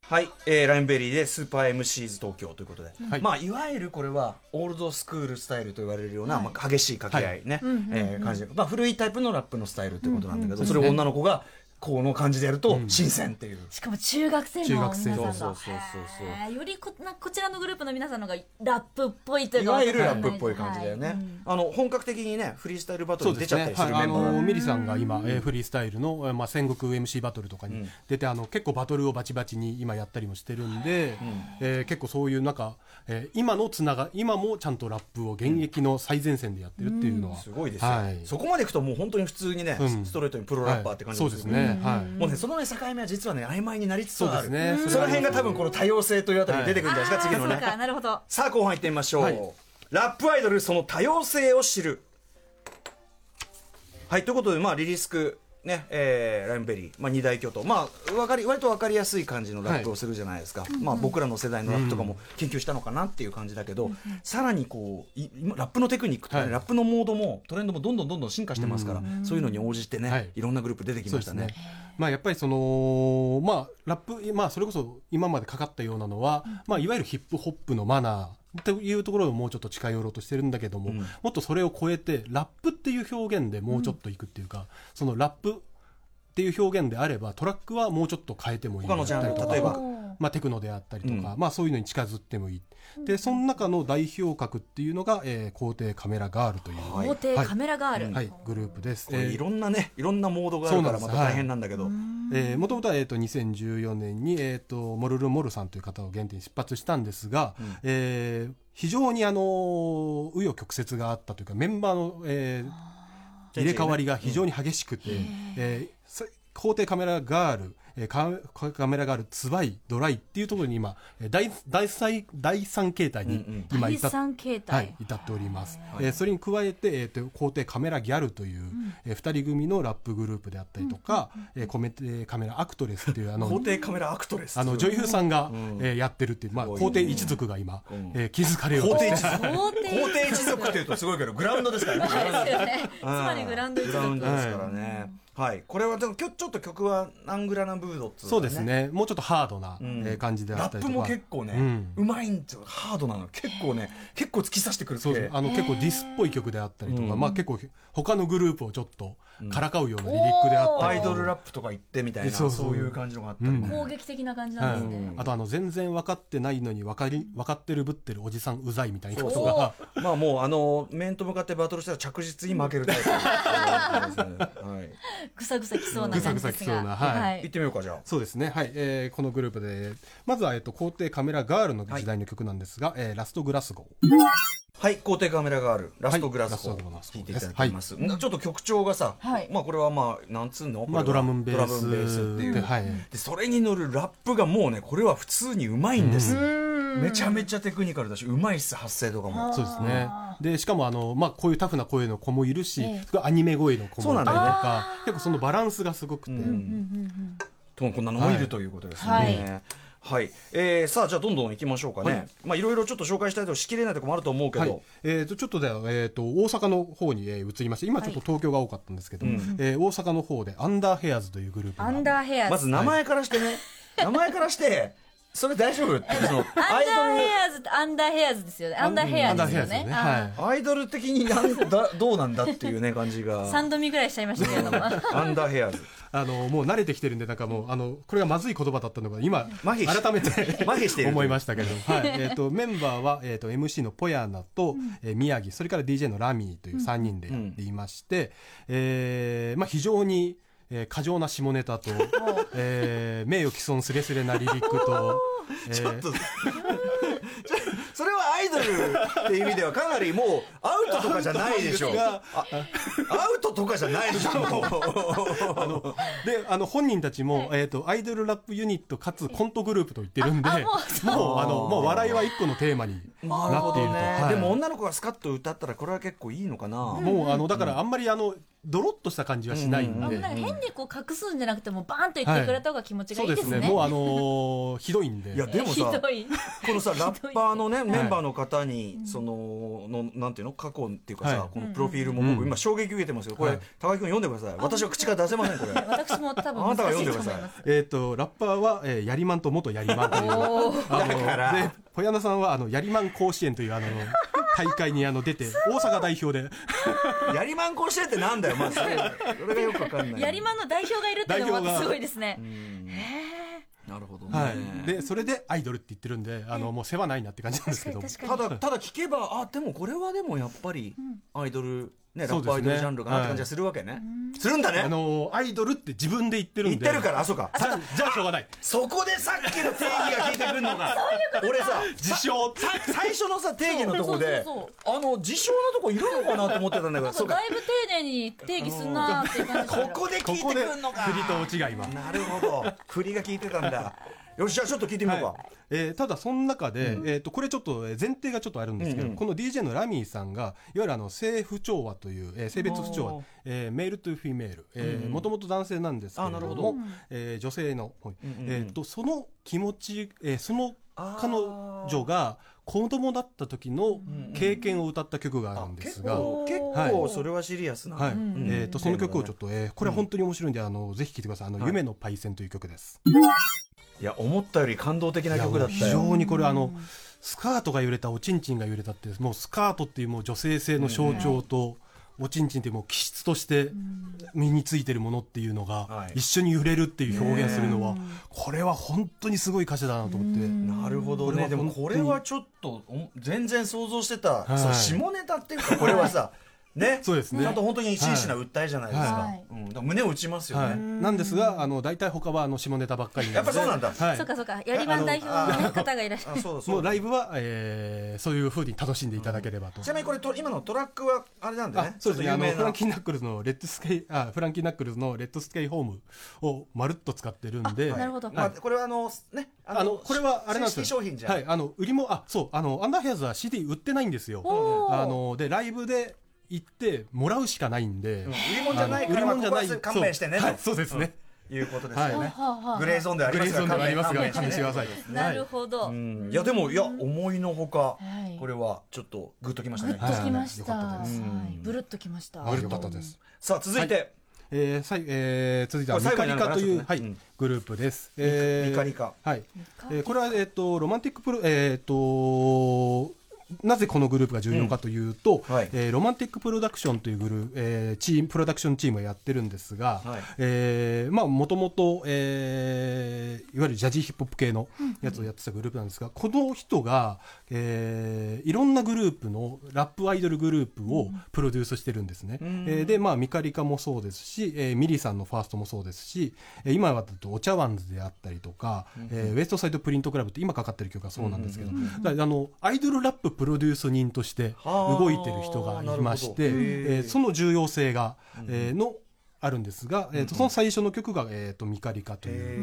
Speaker 3: はい、えーラインベリーでスーパー MCs 東京ということで、
Speaker 5: はい
Speaker 3: い、まあいわゆるこれはオールドスクールスタイルと言われるような、まあ、激しい掛け合いね、えー感じで、まあ古いタイプのラップのスタイルということなんだけど、それを女の子がこの感じでやると新鮮っていう。
Speaker 4: しかも中学生の皆さん
Speaker 5: 中
Speaker 4: が
Speaker 5: 学生
Speaker 3: そうそうそうそう
Speaker 4: へーよりこなこちらのグループの皆さんの方がラップっぽいという
Speaker 3: い
Speaker 4: か
Speaker 3: わゆる
Speaker 4: わか
Speaker 3: ラ
Speaker 4: ん
Speaker 3: ッ
Speaker 4: な
Speaker 3: プっぽい感じだよね、
Speaker 4: はい
Speaker 3: あの本格的にねフリースタイルバトル
Speaker 5: そ
Speaker 3: に
Speaker 5: うで
Speaker 3: 出
Speaker 5: す
Speaker 3: ちゃっ
Speaker 5: ね
Speaker 3: た。りす
Speaker 5: は
Speaker 3: るメン
Speaker 5: い、あ
Speaker 3: バーが、
Speaker 5: のミリさんが今、えーフリースタイルの、えーまあ戦国 MC バトルとかに出て、あの結構バトルをバチバチに今やったりもしてるんで、えー結構そういうなんか、えー今のつなが今もちゃんとラップを現役の最前線でやってるっていうのは、
Speaker 3: すごいですよ、
Speaker 5: はい
Speaker 3: そこまでいくともう本当に普通にね、
Speaker 5: うん
Speaker 3: ストレートにプロラッパーって感じ
Speaker 5: は
Speaker 3: も
Speaker 5: いそうです
Speaker 3: る
Speaker 5: ね。はい。
Speaker 3: もうね、そのね、境目は実はね、曖昧になりつつある。
Speaker 5: そうですね
Speaker 3: その辺が多分この多様性というあたりに出てくるんじゃないですか、
Speaker 4: あー
Speaker 3: 次の
Speaker 4: そうか
Speaker 3: ね。
Speaker 4: なるほど
Speaker 3: さあ、後半行ってみましょう。
Speaker 5: はい
Speaker 3: ラップアイドル、その多様性を知る。はい、ということで、まあ、リリースク。ねえーライムベリー、まあ、二大巨頭、まあ、わかり割と分かりやすい感じのラップをするじゃないですか、まあ、僕らの世代のラップとかも研究したのかなっていう感じだけど、さらにこうい今ラップのテクニックとかね、
Speaker 5: はい
Speaker 3: ラップのモードもトレンドもどんどんどんどん進化してますから、そういうのに応じてね、
Speaker 5: はい
Speaker 3: い、ろんなグループ出てき
Speaker 5: そ
Speaker 3: ま
Speaker 5: うで
Speaker 3: した
Speaker 5: す
Speaker 3: ね
Speaker 5: ね。まあやっぱりそのまあラップまあそれこそ今までかかったようなのは、まあいわゆるヒップホップのマナーというところをもうちょっと近寄ろうとしてるんだけども、もっとそれを超えてラップっていう表現でもうちょっといくっていうか、そのラップっていう表現であればトラックはもうちょっと変えてもいい
Speaker 3: 他のジャンル
Speaker 5: だったりとか
Speaker 3: 例えば
Speaker 5: まあ、テクノであったりとか、まあ、そういうのに近づってもいい、でその中の代表格っていうのが、えー、皇帝カメラガールという、
Speaker 3: はい
Speaker 4: 皇帝カメラガール、
Speaker 5: はい、グループです。
Speaker 3: これ
Speaker 5: えー
Speaker 3: いろんなね、いろんなモードがあるから
Speaker 5: そ
Speaker 3: ま
Speaker 5: うなん
Speaker 3: た
Speaker 5: で
Speaker 3: 大
Speaker 5: す
Speaker 3: 変なんだけど、
Speaker 5: えー、もともとは、えー、と2014年に、えー、とモルルモルさんという方を原点に出発したんですが、えー非常に、あのー紆余曲折があったというかメンバーの、えー入れ替わりが非常に激しくて、えーさ皇帝カメラガール、えーカカメラガールツバイドライっていうところに今えー第第三第三形態に今
Speaker 4: 第
Speaker 5: 至って
Speaker 4: 三形態、
Speaker 5: はい、至っております、えーそれに加えて、えー、と皇帝カメラギャルという、えー二人組のラップグループであったりとか、えーコメテカメラアクトレスっていうあ
Speaker 3: [laughs] 皇
Speaker 5: の
Speaker 3: 帝カメラアクトレス。
Speaker 5: あの女優さんが、えーやってるっていう、まあ、皇帝一族が今、えー気づかれようと
Speaker 3: 皇帝
Speaker 5: して
Speaker 3: 一族。
Speaker 4: 皇
Speaker 3: 皇
Speaker 4: 帝
Speaker 3: 帝一族っていうとすごいけど、グラウンドですからね。
Speaker 4: [laughs] ですよねつまりグラウンド一
Speaker 3: グラウン
Speaker 4: 族
Speaker 3: ドですからね。はい、これはでも、きょちょっと曲はアングラなブードっていか
Speaker 5: そうです。ねもうちょっとハードな、えー感じであ
Speaker 3: ラ
Speaker 5: った
Speaker 3: ッ
Speaker 5: り
Speaker 3: プ
Speaker 5: とか
Speaker 3: も結構ね、うまいんですよ。ハードなの。結構ね、結構突き刺してくるって
Speaker 5: そうですねあの結構ディスっぽい曲であったりとか、まあ、結構他のグループをちょっとからかうようなリリックであったりとか、
Speaker 3: アイドルラップとか言ってみたいな、
Speaker 5: そうそう
Speaker 3: そういう感じのがあったりね
Speaker 4: 攻撃的な感じな
Speaker 5: はい
Speaker 4: んですね、
Speaker 5: あとあの全然分かってないのに分かり分かってるぶってるおじさんうざいみたいな
Speaker 3: そう
Speaker 5: こ
Speaker 3: そ
Speaker 5: と
Speaker 3: う
Speaker 5: が
Speaker 3: まあもうあの面と向かってバトルしたら着実に負けるタイ
Speaker 4: [laughs]
Speaker 3: プはい
Speaker 4: ぐさぐさきそうな
Speaker 5: ぐさ
Speaker 4: 感
Speaker 5: ぐ
Speaker 4: じ
Speaker 5: さ
Speaker 4: で
Speaker 5: き
Speaker 4: す
Speaker 5: そう
Speaker 4: が
Speaker 5: なはい
Speaker 3: 行ってみようかじゃあ
Speaker 5: そうですね、はいえーこのグループでまずは、えっと皇帝カメラガールの時代の曲なんですが「えーラストグラスゴー」
Speaker 3: はい、皇帝カメラがある、ラストグラスコ
Speaker 5: はいラストグ
Speaker 3: ー、
Speaker 5: ラスコ
Speaker 3: 聞
Speaker 5: ー
Speaker 3: いていただきます。なちょっと曲調がさ、
Speaker 4: はい
Speaker 3: まあこれはまあ、なんつうのこれ
Speaker 5: ま
Speaker 3: は
Speaker 5: あ、ドラムベー
Speaker 3: ドラ
Speaker 5: ス
Speaker 3: ムベースっていう。
Speaker 5: ではい
Speaker 3: で、それに乗るラップがもうね、これは普通にうまいんです。めちゃめちゃテクニカルだし、うまいっす、発声とかも。
Speaker 5: そうですねでしかもあの、まあ、こういうタフな声の子もいるし、すごいアニメ声の子
Speaker 3: そ
Speaker 5: も
Speaker 3: う
Speaker 5: い
Speaker 3: なん
Speaker 5: た
Speaker 3: だ
Speaker 5: り
Speaker 3: よ
Speaker 5: と
Speaker 3: ね
Speaker 5: か、結構そのバランスがすごくて、
Speaker 3: ともこんなのもいるということですね。は。
Speaker 4: はい
Speaker 3: えーさあ、じゃあどんどん行きましょうかね。
Speaker 5: はい
Speaker 3: まあいろいろちょっと紹介したいとしきれないとこもあると思うけ
Speaker 5: は
Speaker 3: ど、
Speaker 5: いえー、とちょっとでは、えー、と大阪の方に、えー移りまして今ちょっと東京が多かったんですけど、えー大阪の方でアンダーヘアーズというグループが
Speaker 4: アンダーヘアーズ
Speaker 3: まず名前からしてね、名前からして、それ大丈夫って、そ
Speaker 4: アンダ
Speaker 3: の、アイド
Speaker 4: ー
Speaker 3: ル
Speaker 4: ヘアーズってアンダーヘアーズですよねアンダーヘアーズですよね
Speaker 5: アンダーヘアーズよねはい
Speaker 3: アイドル的になんだどうなんだっていうね感じが
Speaker 4: 3度見ぐらいしちゃいましたけれども
Speaker 3: アンダーヘアーズ
Speaker 5: あのもう慣れてきてるんでなんかもうあのこれがまずい言葉だったのが今
Speaker 3: 麻痺し
Speaker 5: 改めて
Speaker 3: [laughs] 麻痺している
Speaker 5: 思いましたけど、はいえー、とメンバーは、えー、と MC のポヤナと、えー宮城それから DJ のラミーという3人でやっていまして、えーまあ、非常に、ええー過剰な下ネタと、えー名誉毀損すれすれなリリックと、えー
Speaker 3: ちょっと、それはアイドルっていう意味ではかなりもうアウトとかじゃないでしょ。あ
Speaker 5: が
Speaker 3: アウトとかじゃないでしょ。
Speaker 5: あのであの本人たちも、えー、とアイドルラップユニットかつコントグループと言ってるんで
Speaker 4: あ
Speaker 5: も
Speaker 4: あ
Speaker 5: う
Speaker 4: もうそう
Speaker 5: あのもう笑いは一個のテーマになっていると。はい
Speaker 3: でも女の子がスカッと歌ったらこれは結構いいのかな。
Speaker 5: もうあのだからあんまりあのドロッとした感じはしないんで、
Speaker 4: あんまり変にこう隠すんじゃなくてもうバーンと言ってくれた方が気持ちが
Speaker 5: そ
Speaker 4: いういで
Speaker 5: ですす
Speaker 4: ね。
Speaker 5: ねもうあのーひどいんで
Speaker 3: いやでも
Speaker 4: ひ
Speaker 3: さ、
Speaker 4: どい。
Speaker 3: このさ、ラッパーのね、
Speaker 5: い
Speaker 3: メンバーの方に、その、の、なんていうの過去っていうかさ
Speaker 5: は、い
Speaker 3: このプロフィールも僕今衝撃受けてますよ。こ
Speaker 5: は
Speaker 3: れ
Speaker 5: い、
Speaker 3: 高木君読んでください。私は口が出せません、これ。
Speaker 5: [laughs]
Speaker 4: 私も多分
Speaker 3: あな
Speaker 4: 難
Speaker 3: たが
Speaker 4: しい
Speaker 3: 読んで
Speaker 4: と
Speaker 3: く
Speaker 4: 思
Speaker 3: ださ
Speaker 4: い
Speaker 3: い
Speaker 4: ます。
Speaker 5: えっ、とラッパーは、えー、ヤリマンと元ヤリマ
Speaker 3: [laughs]
Speaker 5: ンという
Speaker 4: おー
Speaker 5: あの
Speaker 3: だから
Speaker 5: で小柳さんはあのヤリマン甲子園というあの大会にあの出て大阪代表で
Speaker 3: やりまんこしてってなんだよ、まず。それがよくわかんない。
Speaker 4: やりまんの代表がいるっていうのも
Speaker 5: 代
Speaker 4: ま
Speaker 5: 表
Speaker 4: た
Speaker 5: が
Speaker 4: すごいですね。
Speaker 3: なるほどね。
Speaker 5: はい、でそれでアイドルって言ってるんであのもう世話ないなって感じなんですけ
Speaker 4: 確
Speaker 5: ど
Speaker 4: かに確か
Speaker 3: た
Speaker 4: に。
Speaker 3: だただ聞けばあでもこれはでもやっぱりアイドル、ねラッ
Speaker 5: そうで
Speaker 3: プ
Speaker 5: すね
Speaker 3: アイドルジャンルかなって感じがするわけね、するんだ
Speaker 5: あ
Speaker 3: ね
Speaker 5: のアイドルって自分で言ってる
Speaker 3: 言
Speaker 5: ん
Speaker 3: っ
Speaker 5: で
Speaker 3: てるからあそうか
Speaker 5: じゃじゃあしょうがない
Speaker 3: そこでさっきの定義が聞いてくるのが俺さ
Speaker 5: 自称
Speaker 3: さ [laughs] 最初のさ定義のとこで
Speaker 4: そうそうそう
Speaker 3: あの自称のとこいるのかなと思ってたんだけど
Speaker 4: そ
Speaker 3: そううか
Speaker 4: だいぶ丁寧に定義すんなーっていう感じだか
Speaker 3: こ
Speaker 4: ら
Speaker 3: こで聞
Speaker 5: こ
Speaker 3: いて
Speaker 5: こ
Speaker 3: く
Speaker 5: で
Speaker 3: るのか
Speaker 5: 振りと落ちが今
Speaker 3: なるほど振りが聞いてたん
Speaker 5: [laughs]
Speaker 3: だよしじゃあちょっと聞いてみようか、
Speaker 5: はいえーただその中で、えー、とこれちょっとえー前提がちょっとあるんですけど、この DJ のラミーさんがいわゆるあの性不調和という、えー性別不調
Speaker 3: お
Speaker 5: 和
Speaker 3: ー、
Speaker 5: えーメールとフィメール、えーもともと男性なんですけれど
Speaker 3: あなるほ
Speaker 5: もえー女性の、はいえー、とその気持ち、えーその彼女が子供だった時の経験を歌った曲があるんで
Speaker 3: 結
Speaker 5: すが。
Speaker 3: 構結構それはシリアスな、
Speaker 5: はい
Speaker 3: うん
Speaker 5: えー、とその曲をちょっと、えーこれは本当に面白いんで、あのぜひ聴いてくださいあの、
Speaker 3: はい
Speaker 5: 夢のパイセン」という曲です。
Speaker 3: いや思ったより感動的ない
Speaker 5: や
Speaker 3: 曲だったよ
Speaker 5: もう非常にこれあのスカートが揺れたおちんちんが揺れたってもうスカートっていうもう女性性の象徴と、おちんちんっていうもう気質として身についてるものっていうの
Speaker 3: は
Speaker 5: が
Speaker 3: い
Speaker 5: 一緒に揺れるっていう表現するのは、これは本当にすごい歌詞だなと思って、
Speaker 3: なるほどねでもこ
Speaker 5: こ
Speaker 3: れ
Speaker 5: れ
Speaker 3: は
Speaker 5: は
Speaker 3: ちょっとお全然想像してた、
Speaker 5: はい
Speaker 3: そう下ネタっていうかこれはさ
Speaker 5: [laughs]
Speaker 3: ね
Speaker 5: そうですね
Speaker 3: ちゃんと本当に真摯な訴えじゃないですか,、
Speaker 4: はい
Speaker 3: うん、だから胸を打ちますよね、
Speaker 5: はい、なんですがあの大体他はあの下ネタばっかり
Speaker 3: やっぱそうなんだ
Speaker 5: はい
Speaker 4: そうかそうか。やりまん代表のね方がいらっしゃ
Speaker 3: あ
Speaker 4: る。
Speaker 3: そうだそ
Speaker 5: もう
Speaker 3: うだ
Speaker 5: ライブは、えーそういうふうに楽しんでいただければと。
Speaker 3: ちなみにこれと今のトラックはあれなんで
Speaker 5: あ
Speaker 3: ね
Speaker 5: そうですね
Speaker 3: ちょ
Speaker 5: あ
Speaker 3: っ
Speaker 5: の
Speaker 3: と有名
Speaker 5: フラ
Speaker 3: な
Speaker 5: ンキーナックルズのレッドスケイあフランキーナックルズのレッドスケイホームをまるっと使ってるんで
Speaker 4: なるほど
Speaker 3: まあ、これはあのねあ
Speaker 5: あのこれはあれなんですよ
Speaker 3: 正式商品じゃん、
Speaker 5: はいあの売りもあそうあのアンダーヘアーズは CD 売ってないんですよ
Speaker 4: おー
Speaker 5: あのでライブで行ってもらうしかないんで、
Speaker 3: うん売り物じゃないから
Speaker 5: あの売り物じゃな
Speaker 3: こ
Speaker 5: い
Speaker 3: こは勘弁してね
Speaker 5: そうはい
Speaker 3: と
Speaker 5: そうですね、
Speaker 3: いうことですよね、
Speaker 5: はい
Speaker 4: はあはあ
Speaker 3: グレーゾーンではあ
Speaker 5: グ
Speaker 3: り
Speaker 5: レ
Speaker 3: ま
Speaker 5: ー
Speaker 3: す
Speaker 5: ゾー
Speaker 3: が
Speaker 5: ンではありますが
Speaker 3: 勘弁
Speaker 5: 勘弁してください、
Speaker 4: なるほど。
Speaker 3: うんいやでもいや思いのほか、
Speaker 4: はい
Speaker 3: これはちょっとグッときました
Speaker 4: ぶっ
Speaker 3: ね、
Speaker 4: ときました。
Speaker 5: はいはい
Speaker 4: は
Speaker 5: は
Speaker 3: よかった
Speaker 5: い
Speaker 3: です
Speaker 4: いぶるっときました。
Speaker 5: はい、よかったです
Speaker 3: さあ続いて、
Speaker 5: えーさいえー続いては
Speaker 3: こ
Speaker 5: ミ
Speaker 3: れ最後に
Speaker 5: カリ
Speaker 3: なる
Speaker 5: カという、
Speaker 3: か
Speaker 5: は
Speaker 3: ら
Speaker 5: い
Speaker 3: ちょっとねうん
Speaker 5: グループです。えー
Speaker 3: ミカリカ
Speaker 5: はい
Speaker 4: カ。
Speaker 5: えーこれはえっ、とロマンティックプロえっ、となぜこのグループが重要かというと、
Speaker 3: うんはい
Speaker 5: えーロマンティックプロダクションというグループ、えーチームプロダクションチームをやってるんですが、
Speaker 3: はい
Speaker 5: えーまあもともとえーいわゆるジャジーヒップホップ系のやつをやってたグループなんですが、この人が、えーいろんなグループのラップアイドルグループをプロデュースしてるんですね。えーでまあミカリカもそうですし、えーミリさんのファーストもそうですし、えー今はだとお茶碗ズであったりとか、えーウエストサイドプリントクラブって今かかってる曲がそうなんですけど、だからあのアイドルラッププロデュース人として
Speaker 3: はあ
Speaker 5: 動いてる人がいまし
Speaker 3: な
Speaker 5: て、え
Speaker 3: るほどへえ
Speaker 5: ーその重要性が、えーのあるんですが、えーとその最初の曲が、えー、とミカリカと
Speaker 3: え
Speaker 5: いう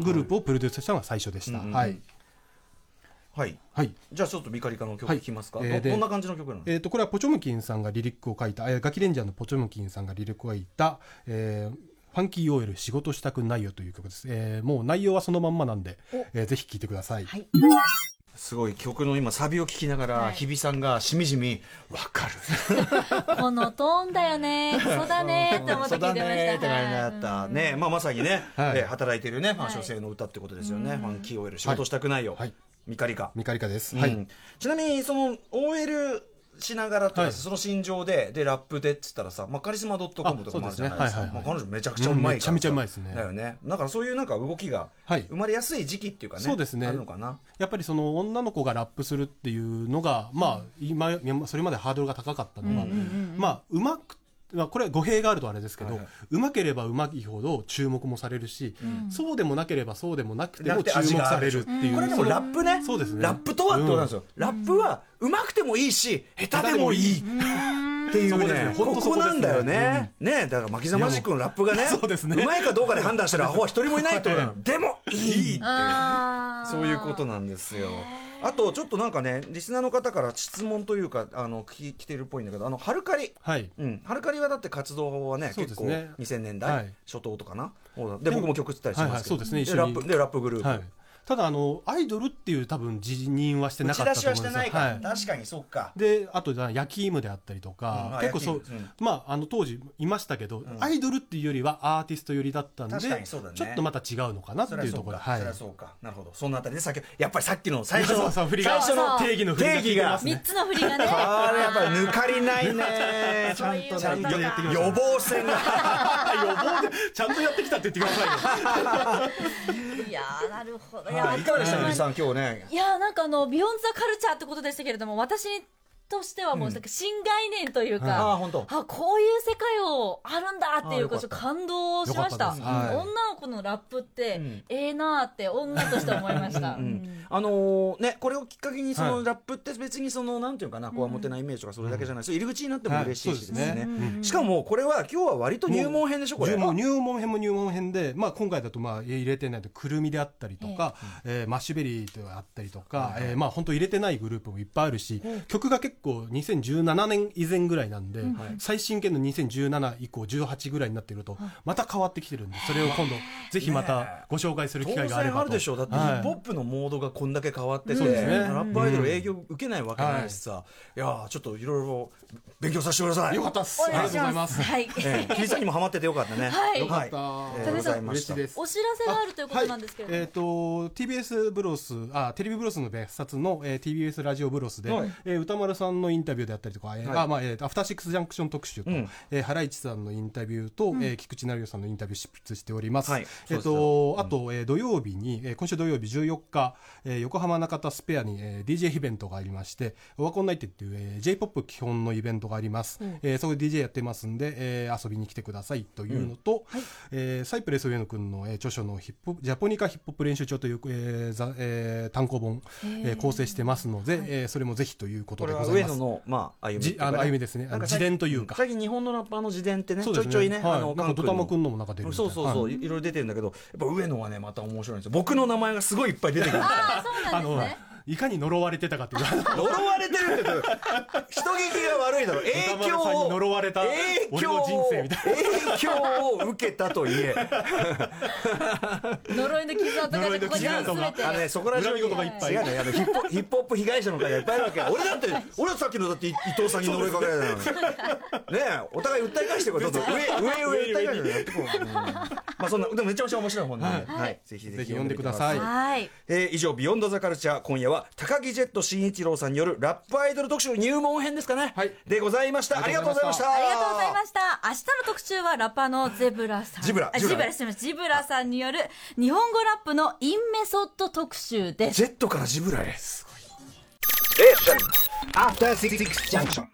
Speaker 3: ー
Speaker 5: グループをプロデュースしたのが最初でした。
Speaker 3: うんうん
Speaker 5: はい、
Speaker 3: はい
Speaker 5: はい
Speaker 3: じゃあちょっとミカリカの曲
Speaker 5: は
Speaker 3: 聞
Speaker 5: い
Speaker 3: きますか、
Speaker 5: えー
Speaker 3: ど
Speaker 5: で
Speaker 3: どんな感じの曲なの、
Speaker 5: えー、とこれはポチョムキンさんがリリックを書いた、えーガキレンジャーのポチョムキンさんがリリックを書いた、えーファンキー OL 仕事したくないよという曲です、えーもう内容はそのまんまなんで、えーぜひ聴いてください、
Speaker 4: はい
Speaker 3: すごい曲の今サビを聞きながら、
Speaker 4: はい
Speaker 3: 日比さんがしみじみわかる
Speaker 4: このトーンだよね。クソだねって思って聞いてました。
Speaker 3: ねって感じだった、ねまあ、まさにね、
Speaker 5: はい
Speaker 3: えー働いてるね、まあ、女性の歌ってことですよね、ファンキー OL 仕事したくないよ、
Speaker 5: はい
Speaker 3: ミカリカ
Speaker 5: ミカリカです、
Speaker 3: は
Speaker 5: はいい
Speaker 3: ちなみにその OL しながらとか、
Speaker 5: はい
Speaker 3: その心情ででラップでっつったらさ、まあ、カリスマ .com とかもあるじゃないですか
Speaker 5: あそうですねはいはいはい
Speaker 3: まあ彼女めちゃくちゃうまいからさ、
Speaker 5: うんめちゃめちゃうまいですね
Speaker 3: だよねだからそういうなんか動きが
Speaker 5: はい
Speaker 3: 生まれやすい時期っていうかね、
Speaker 5: そうですね
Speaker 3: あるのかな
Speaker 5: やっぱりその女の子がラップするっていうのが、まあ、今それまでハードルが高かったのが、まあ、うまくまあ、これは語弊があるとあれですけど、
Speaker 3: はいはいう
Speaker 5: まければうまいほど注目もされるし、そうでもなければそうでもなくても注目されるっていう、
Speaker 3: これでも
Speaker 5: その
Speaker 3: ラップね
Speaker 5: そうですね
Speaker 3: ラップとはってことなんですよ、ラップはうまくてもいいし下手でもいいっていう
Speaker 5: そこです
Speaker 3: ね
Speaker 5: ね
Speaker 3: こ
Speaker 5: ほんとそ
Speaker 3: こ
Speaker 5: こで
Speaker 3: な
Speaker 5: すね
Speaker 3: んだよね、ねだからマキザマジックのラップがね
Speaker 5: いやもうそうですね
Speaker 3: まいかどうかで判断してるアホは一人もいないと
Speaker 5: はい
Speaker 3: でもいいって
Speaker 4: あー
Speaker 3: そういうことなんですよ。あとちょっとなんかねリスナーの方から質問というかあのき来てるっぽいんだけどあのハルカリ
Speaker 5: はい
Speaker 3: うん、ハルカリはだって活動はね
Speaker 5: そうで
Speaker 3: 結
Speaker 5: す
Speaker 3: 構
Speaker 5: ね
Speaker 3: 2000年
Speaker 5: は
Speaker 3: 代
Speaker 5: い
Speaker 3: 初頭とかな、で僕も曲作ったりしてますけど、
Speaker 5: はいはいそうですね
Speaker 3: ラ
Speaker 5: 一緒に
Speaker 3: ップでラップグループ、
Speaker 5: はい、ただあのアイドルっていう多分辞任はして
Speaker 3: 打
Speaker 5: な
Speaker 3: ち
Speaker 5: かっ
Speaker 3: 出
Speaker 5: た
Speaker 3: し
Speaker 5: と思
Speaker 3: はして
Speaker 5: うんですよ
Speaker 3: ないから、
Speaker 5: はい
Speaker 3: 確かにそっか
Speaker 5: であとだ焼き芋であったりと
Speaker 3: うん
Speaker 5: か、
Speaker 3: あ
Speaker 5: 結構そう
Speaker 3: 焼き芋うん
Speaker 5: まああの当時いましたけど、アイドルっていうよりはアーティスト寄りだったんで、
Speaker 3: 確かにそうだね
Speaker 5: ちょっとまた違うのかなって
Speaker 3: そりゃ
Speaker 5: いう
Speaker 3: そ
Speaker 5: と
Speaker 3: う
Speaker 5: こ
Speaker 3: か、
Speaker 5: ろで、はい
Speaker 3: そりゃそうかなるほどそのあたりでさっきやっぱりさっきの最初
Speaker 5: [laughs] そ
Speaker 3: の
Speaker 5: うそう振り
Speaker 3: 最
Speaker 5: が
Speaker 3: 初の
Speaker 4: そう
Speaker 5: 定義の振りが
Speaker 3: 定義が
Speaker 5: 効いて [laughs] ますね
Speaker 4: 三つの振りが
Speaker 3: [laughs]
Speaker 4: ね。
Speaker 3: あれやっぱり抜かりないねちゃん
Speaker 4: [laughs]
Speaker 3: と
Speaker 4: そういうことか
Speaker 3: やってきました予防線が
Speaker 5: 予防でちゃんとやってきたって言ってくださいよ
Speaker 4: いやーなるほど。
Speaker 3: いかがでした
Speaker 5: は
Speaker 4: 本
Speaker 3: ゆり
Speaker 5: い
Speaker 4: 当に
Speaker 3: さん今日ね
Speaker 4: いやーなんかあのビヨンズザカルチャーってことでしたけれども、私としてはもうなんか新概念という
Speaker 3: ああ
Speaker 4: か。
Speaker 3: 本当
Speaker 4: あこういう世界をあるんだっていうこ
Speaker 3: あーよかった
Speaker 4: と感動しまし
Speaker 5: よ
Speaker 4: た
Speaker 5: かったですはい
Speaker 4: 女の子のラップって、
Speaker 3: うん
Speaker 4: ええなーって女として思いました、
Speaker 3: うんあのーね、これをきっかけにそ
Speaker 5: は
Speaker 3: の
Speaker 5: い
Speaker 3: ラップって別にそのなんていうかなこわもてなイメージとかそれだけじゃないです入り口になっても嬉しいしです
Speaker 5: はいそうです
Speaker 3: ね
Speaker 5: ね
Speaker 3: うんしかもこれは今日は割と入門編でしょこれ
Speaker 5: 入門入門編も入門編で、まあ、今回だとまあ入れてないとくるみであったりとか、えーマッシュベリーであったりとか、えーまあ、本当入れてないグループもいっぱいあるし、曲が結構2017年以前ぐらいなんで、最新系の2017以降18ぐらいになってくるとまた変わってきてるんでそれを今度ぜひまたご紹介する
Speaker 3: 当
Speaker 5: 機
Speaker 3: 然
Speaker 5: 会があればと
Speaker 3: あるでしょうだってヒ
Speaker 5: はい
Speaker 3: ップホップのモードがこんだけ変わってて
Speaker 5: そうですね
Speaker 3: ラップアイドル営業受けないわけないしさいやーちょっといろいろ勉強させてください
Speaker 5: よかったっす
Speaker 4: お
Speaker 5: あり
Speaker 4: 願
Speaker 5: が
Speaker 4: いう
Speaker 5: と
Speaker 4: し
Speaker 5: ござい
Speaker 4: ま
Speaker 5: ますす
Speaker 4: はい、
Speaker 3: ええキリさんにもハマっててよかったね
Speaker 4: はいよか
Speaker 3: え
Speaker 5: った
Speaker 3: え
Speaker 4: 田
Speaker 3: ご
Speaker 4: 辺さん
Speaker 3: ざいま
Speaker 5: 嬉
Speaker 3: し
Speaker 5: したいです
Speaker 4: お知らせがあるということなんですけれども、
Speaker 5: はい、えっ、と TBS ブロスあテレビブロスの別冊の、えー TBS ラジオブロスで、
Speaker 3: はい
Speaker 5: えー歌丸さんのインタビューであったりとか、えー
Speaker 3: はい
Speaker 5: あまあえーアフターシックスジャンクション特集と、
Speaker 3: うん
Speaker 5: えーハライチさんのインタビューと、えー菊池成代さんのインタビュー執筆しております。
Speaker 3: はい
Speaker 5: えっ、と、あと、えー土曜日に、えー今週土曜日14日、えー横浜中田スペアに、えー DJ イベントがありましてオワコンナイテっていう、えー J-POP 基本のイベントがあります。えーそこで DJ やってますんで、えー遊びに来てくださいというのと、えーサイプレス上野くんの、えー著書のヒップジャポニカヒップホップ練習帳という、えーざえー単行本、えー構成してますので、えーそれもぜひということ
Speaker 3: これ
Speaker 5: で
Speaker 3: は
Speaker 5: ござ
Speaker 3: 上
Speaker 5: いま
Speaker 3: 野
Speaker 5: す。
Speaker 3: のまあ歩み
Speaker 5: じあの歩みですね。あの自伝というか。
Speaker 3: 最近日本のラッパーの自伝ってねち
Speaker 5: そ
Speaker 3: ょ
Speaker 5: うで
Speaker 3: い
Speaker 5: す
Speaker 3: ちょいね
Speaker 5: は
Speaker 3: あ
Speaker 5: い、なん
Speaker 3: の
Speaker 5: かドタマくんのも中で
Speaker 3: そうそうそう、い、ろいろ出てるんだけどやっぱ上野はねまた面白いんですよ僕の名前がすごいいっぱい出てくる
Speaker 4: ああそうな
Speaker 5: あ
Speaker 4: んです
Speaker 5: の
Speaker 4: ね
Speaker 5: いかに呪われてたかっていう
Speaker 3: 呪われてるってどういうこと人聞きが悪いだろ影響
Speaker 5: 歌丸さん
Speaker 3: を
Speaker 5: に呪われた
Speaker 3: 影響を
Speaker 5: 俺の人生みた
Speaker 3: 影響を受けたといえ
Speaker 4: 呪いの傷跡が
Speaker 5: 呪
Speaker 4: じ
Speaker 5: い
Speaker 4: ゃあここに全
Speaker 5: の傷跡が
Speaker 4: て
Speaker 3: あのねそこら中に
Speaker 5: 恨み事がいっぱい
Speaker 3: 違うねあのヒップヒップホップ被害者の会がいっぱいあるわけよ俺だって俺はさっきのだって伊藤さんに呪いかけられたのにねえお互い訴え返してこうどんどん上上上訴え返してこうやってこう、うんまあそんなでもめちゃめちゃ面白い本なんで、はいぜひぜひ
Speaker 5: ぜひ読んでください
Speaker 4: はい
Speaker 3: えー以上「ビヨンドザカルチャー今夜は高木ジェット新一郎さんによるラップアイドル特集入門編ですかね、
Speaker 5: はい
Speaker 3: でございましたあ
Speaker 5: あ
Speaker 3: り
Speaker 5: り
Speaker 3: が
Speaker 5: が
Speaker 3: と
Speaker 5: と
Speaker 3: う
Speaker 5: う
Speaker 3: ご
Speaker 5: ご
Speaker 3: ざ
Speaker 5: ざ
Speaker 3: いま
Speaker 5: いま
Speaker 3: し
Speaker 5: したた
Speaker 4: ありがとうございました。明日の特集はラッパーのゼブラさん。
Speaker 3: ジブラ
Speaker 4: あ
Speaker 3: ジ
Speaker 4: ジ
Speaker 3: ブ
Speaker 4: ブ
Speaker 3: ラ
Speaker 4: ラすみませんジブラさんによる日本語ラップのインメソッド特集です。
Speaker 3: ジェットからジブラへ
Speaker 2: After Six Junction.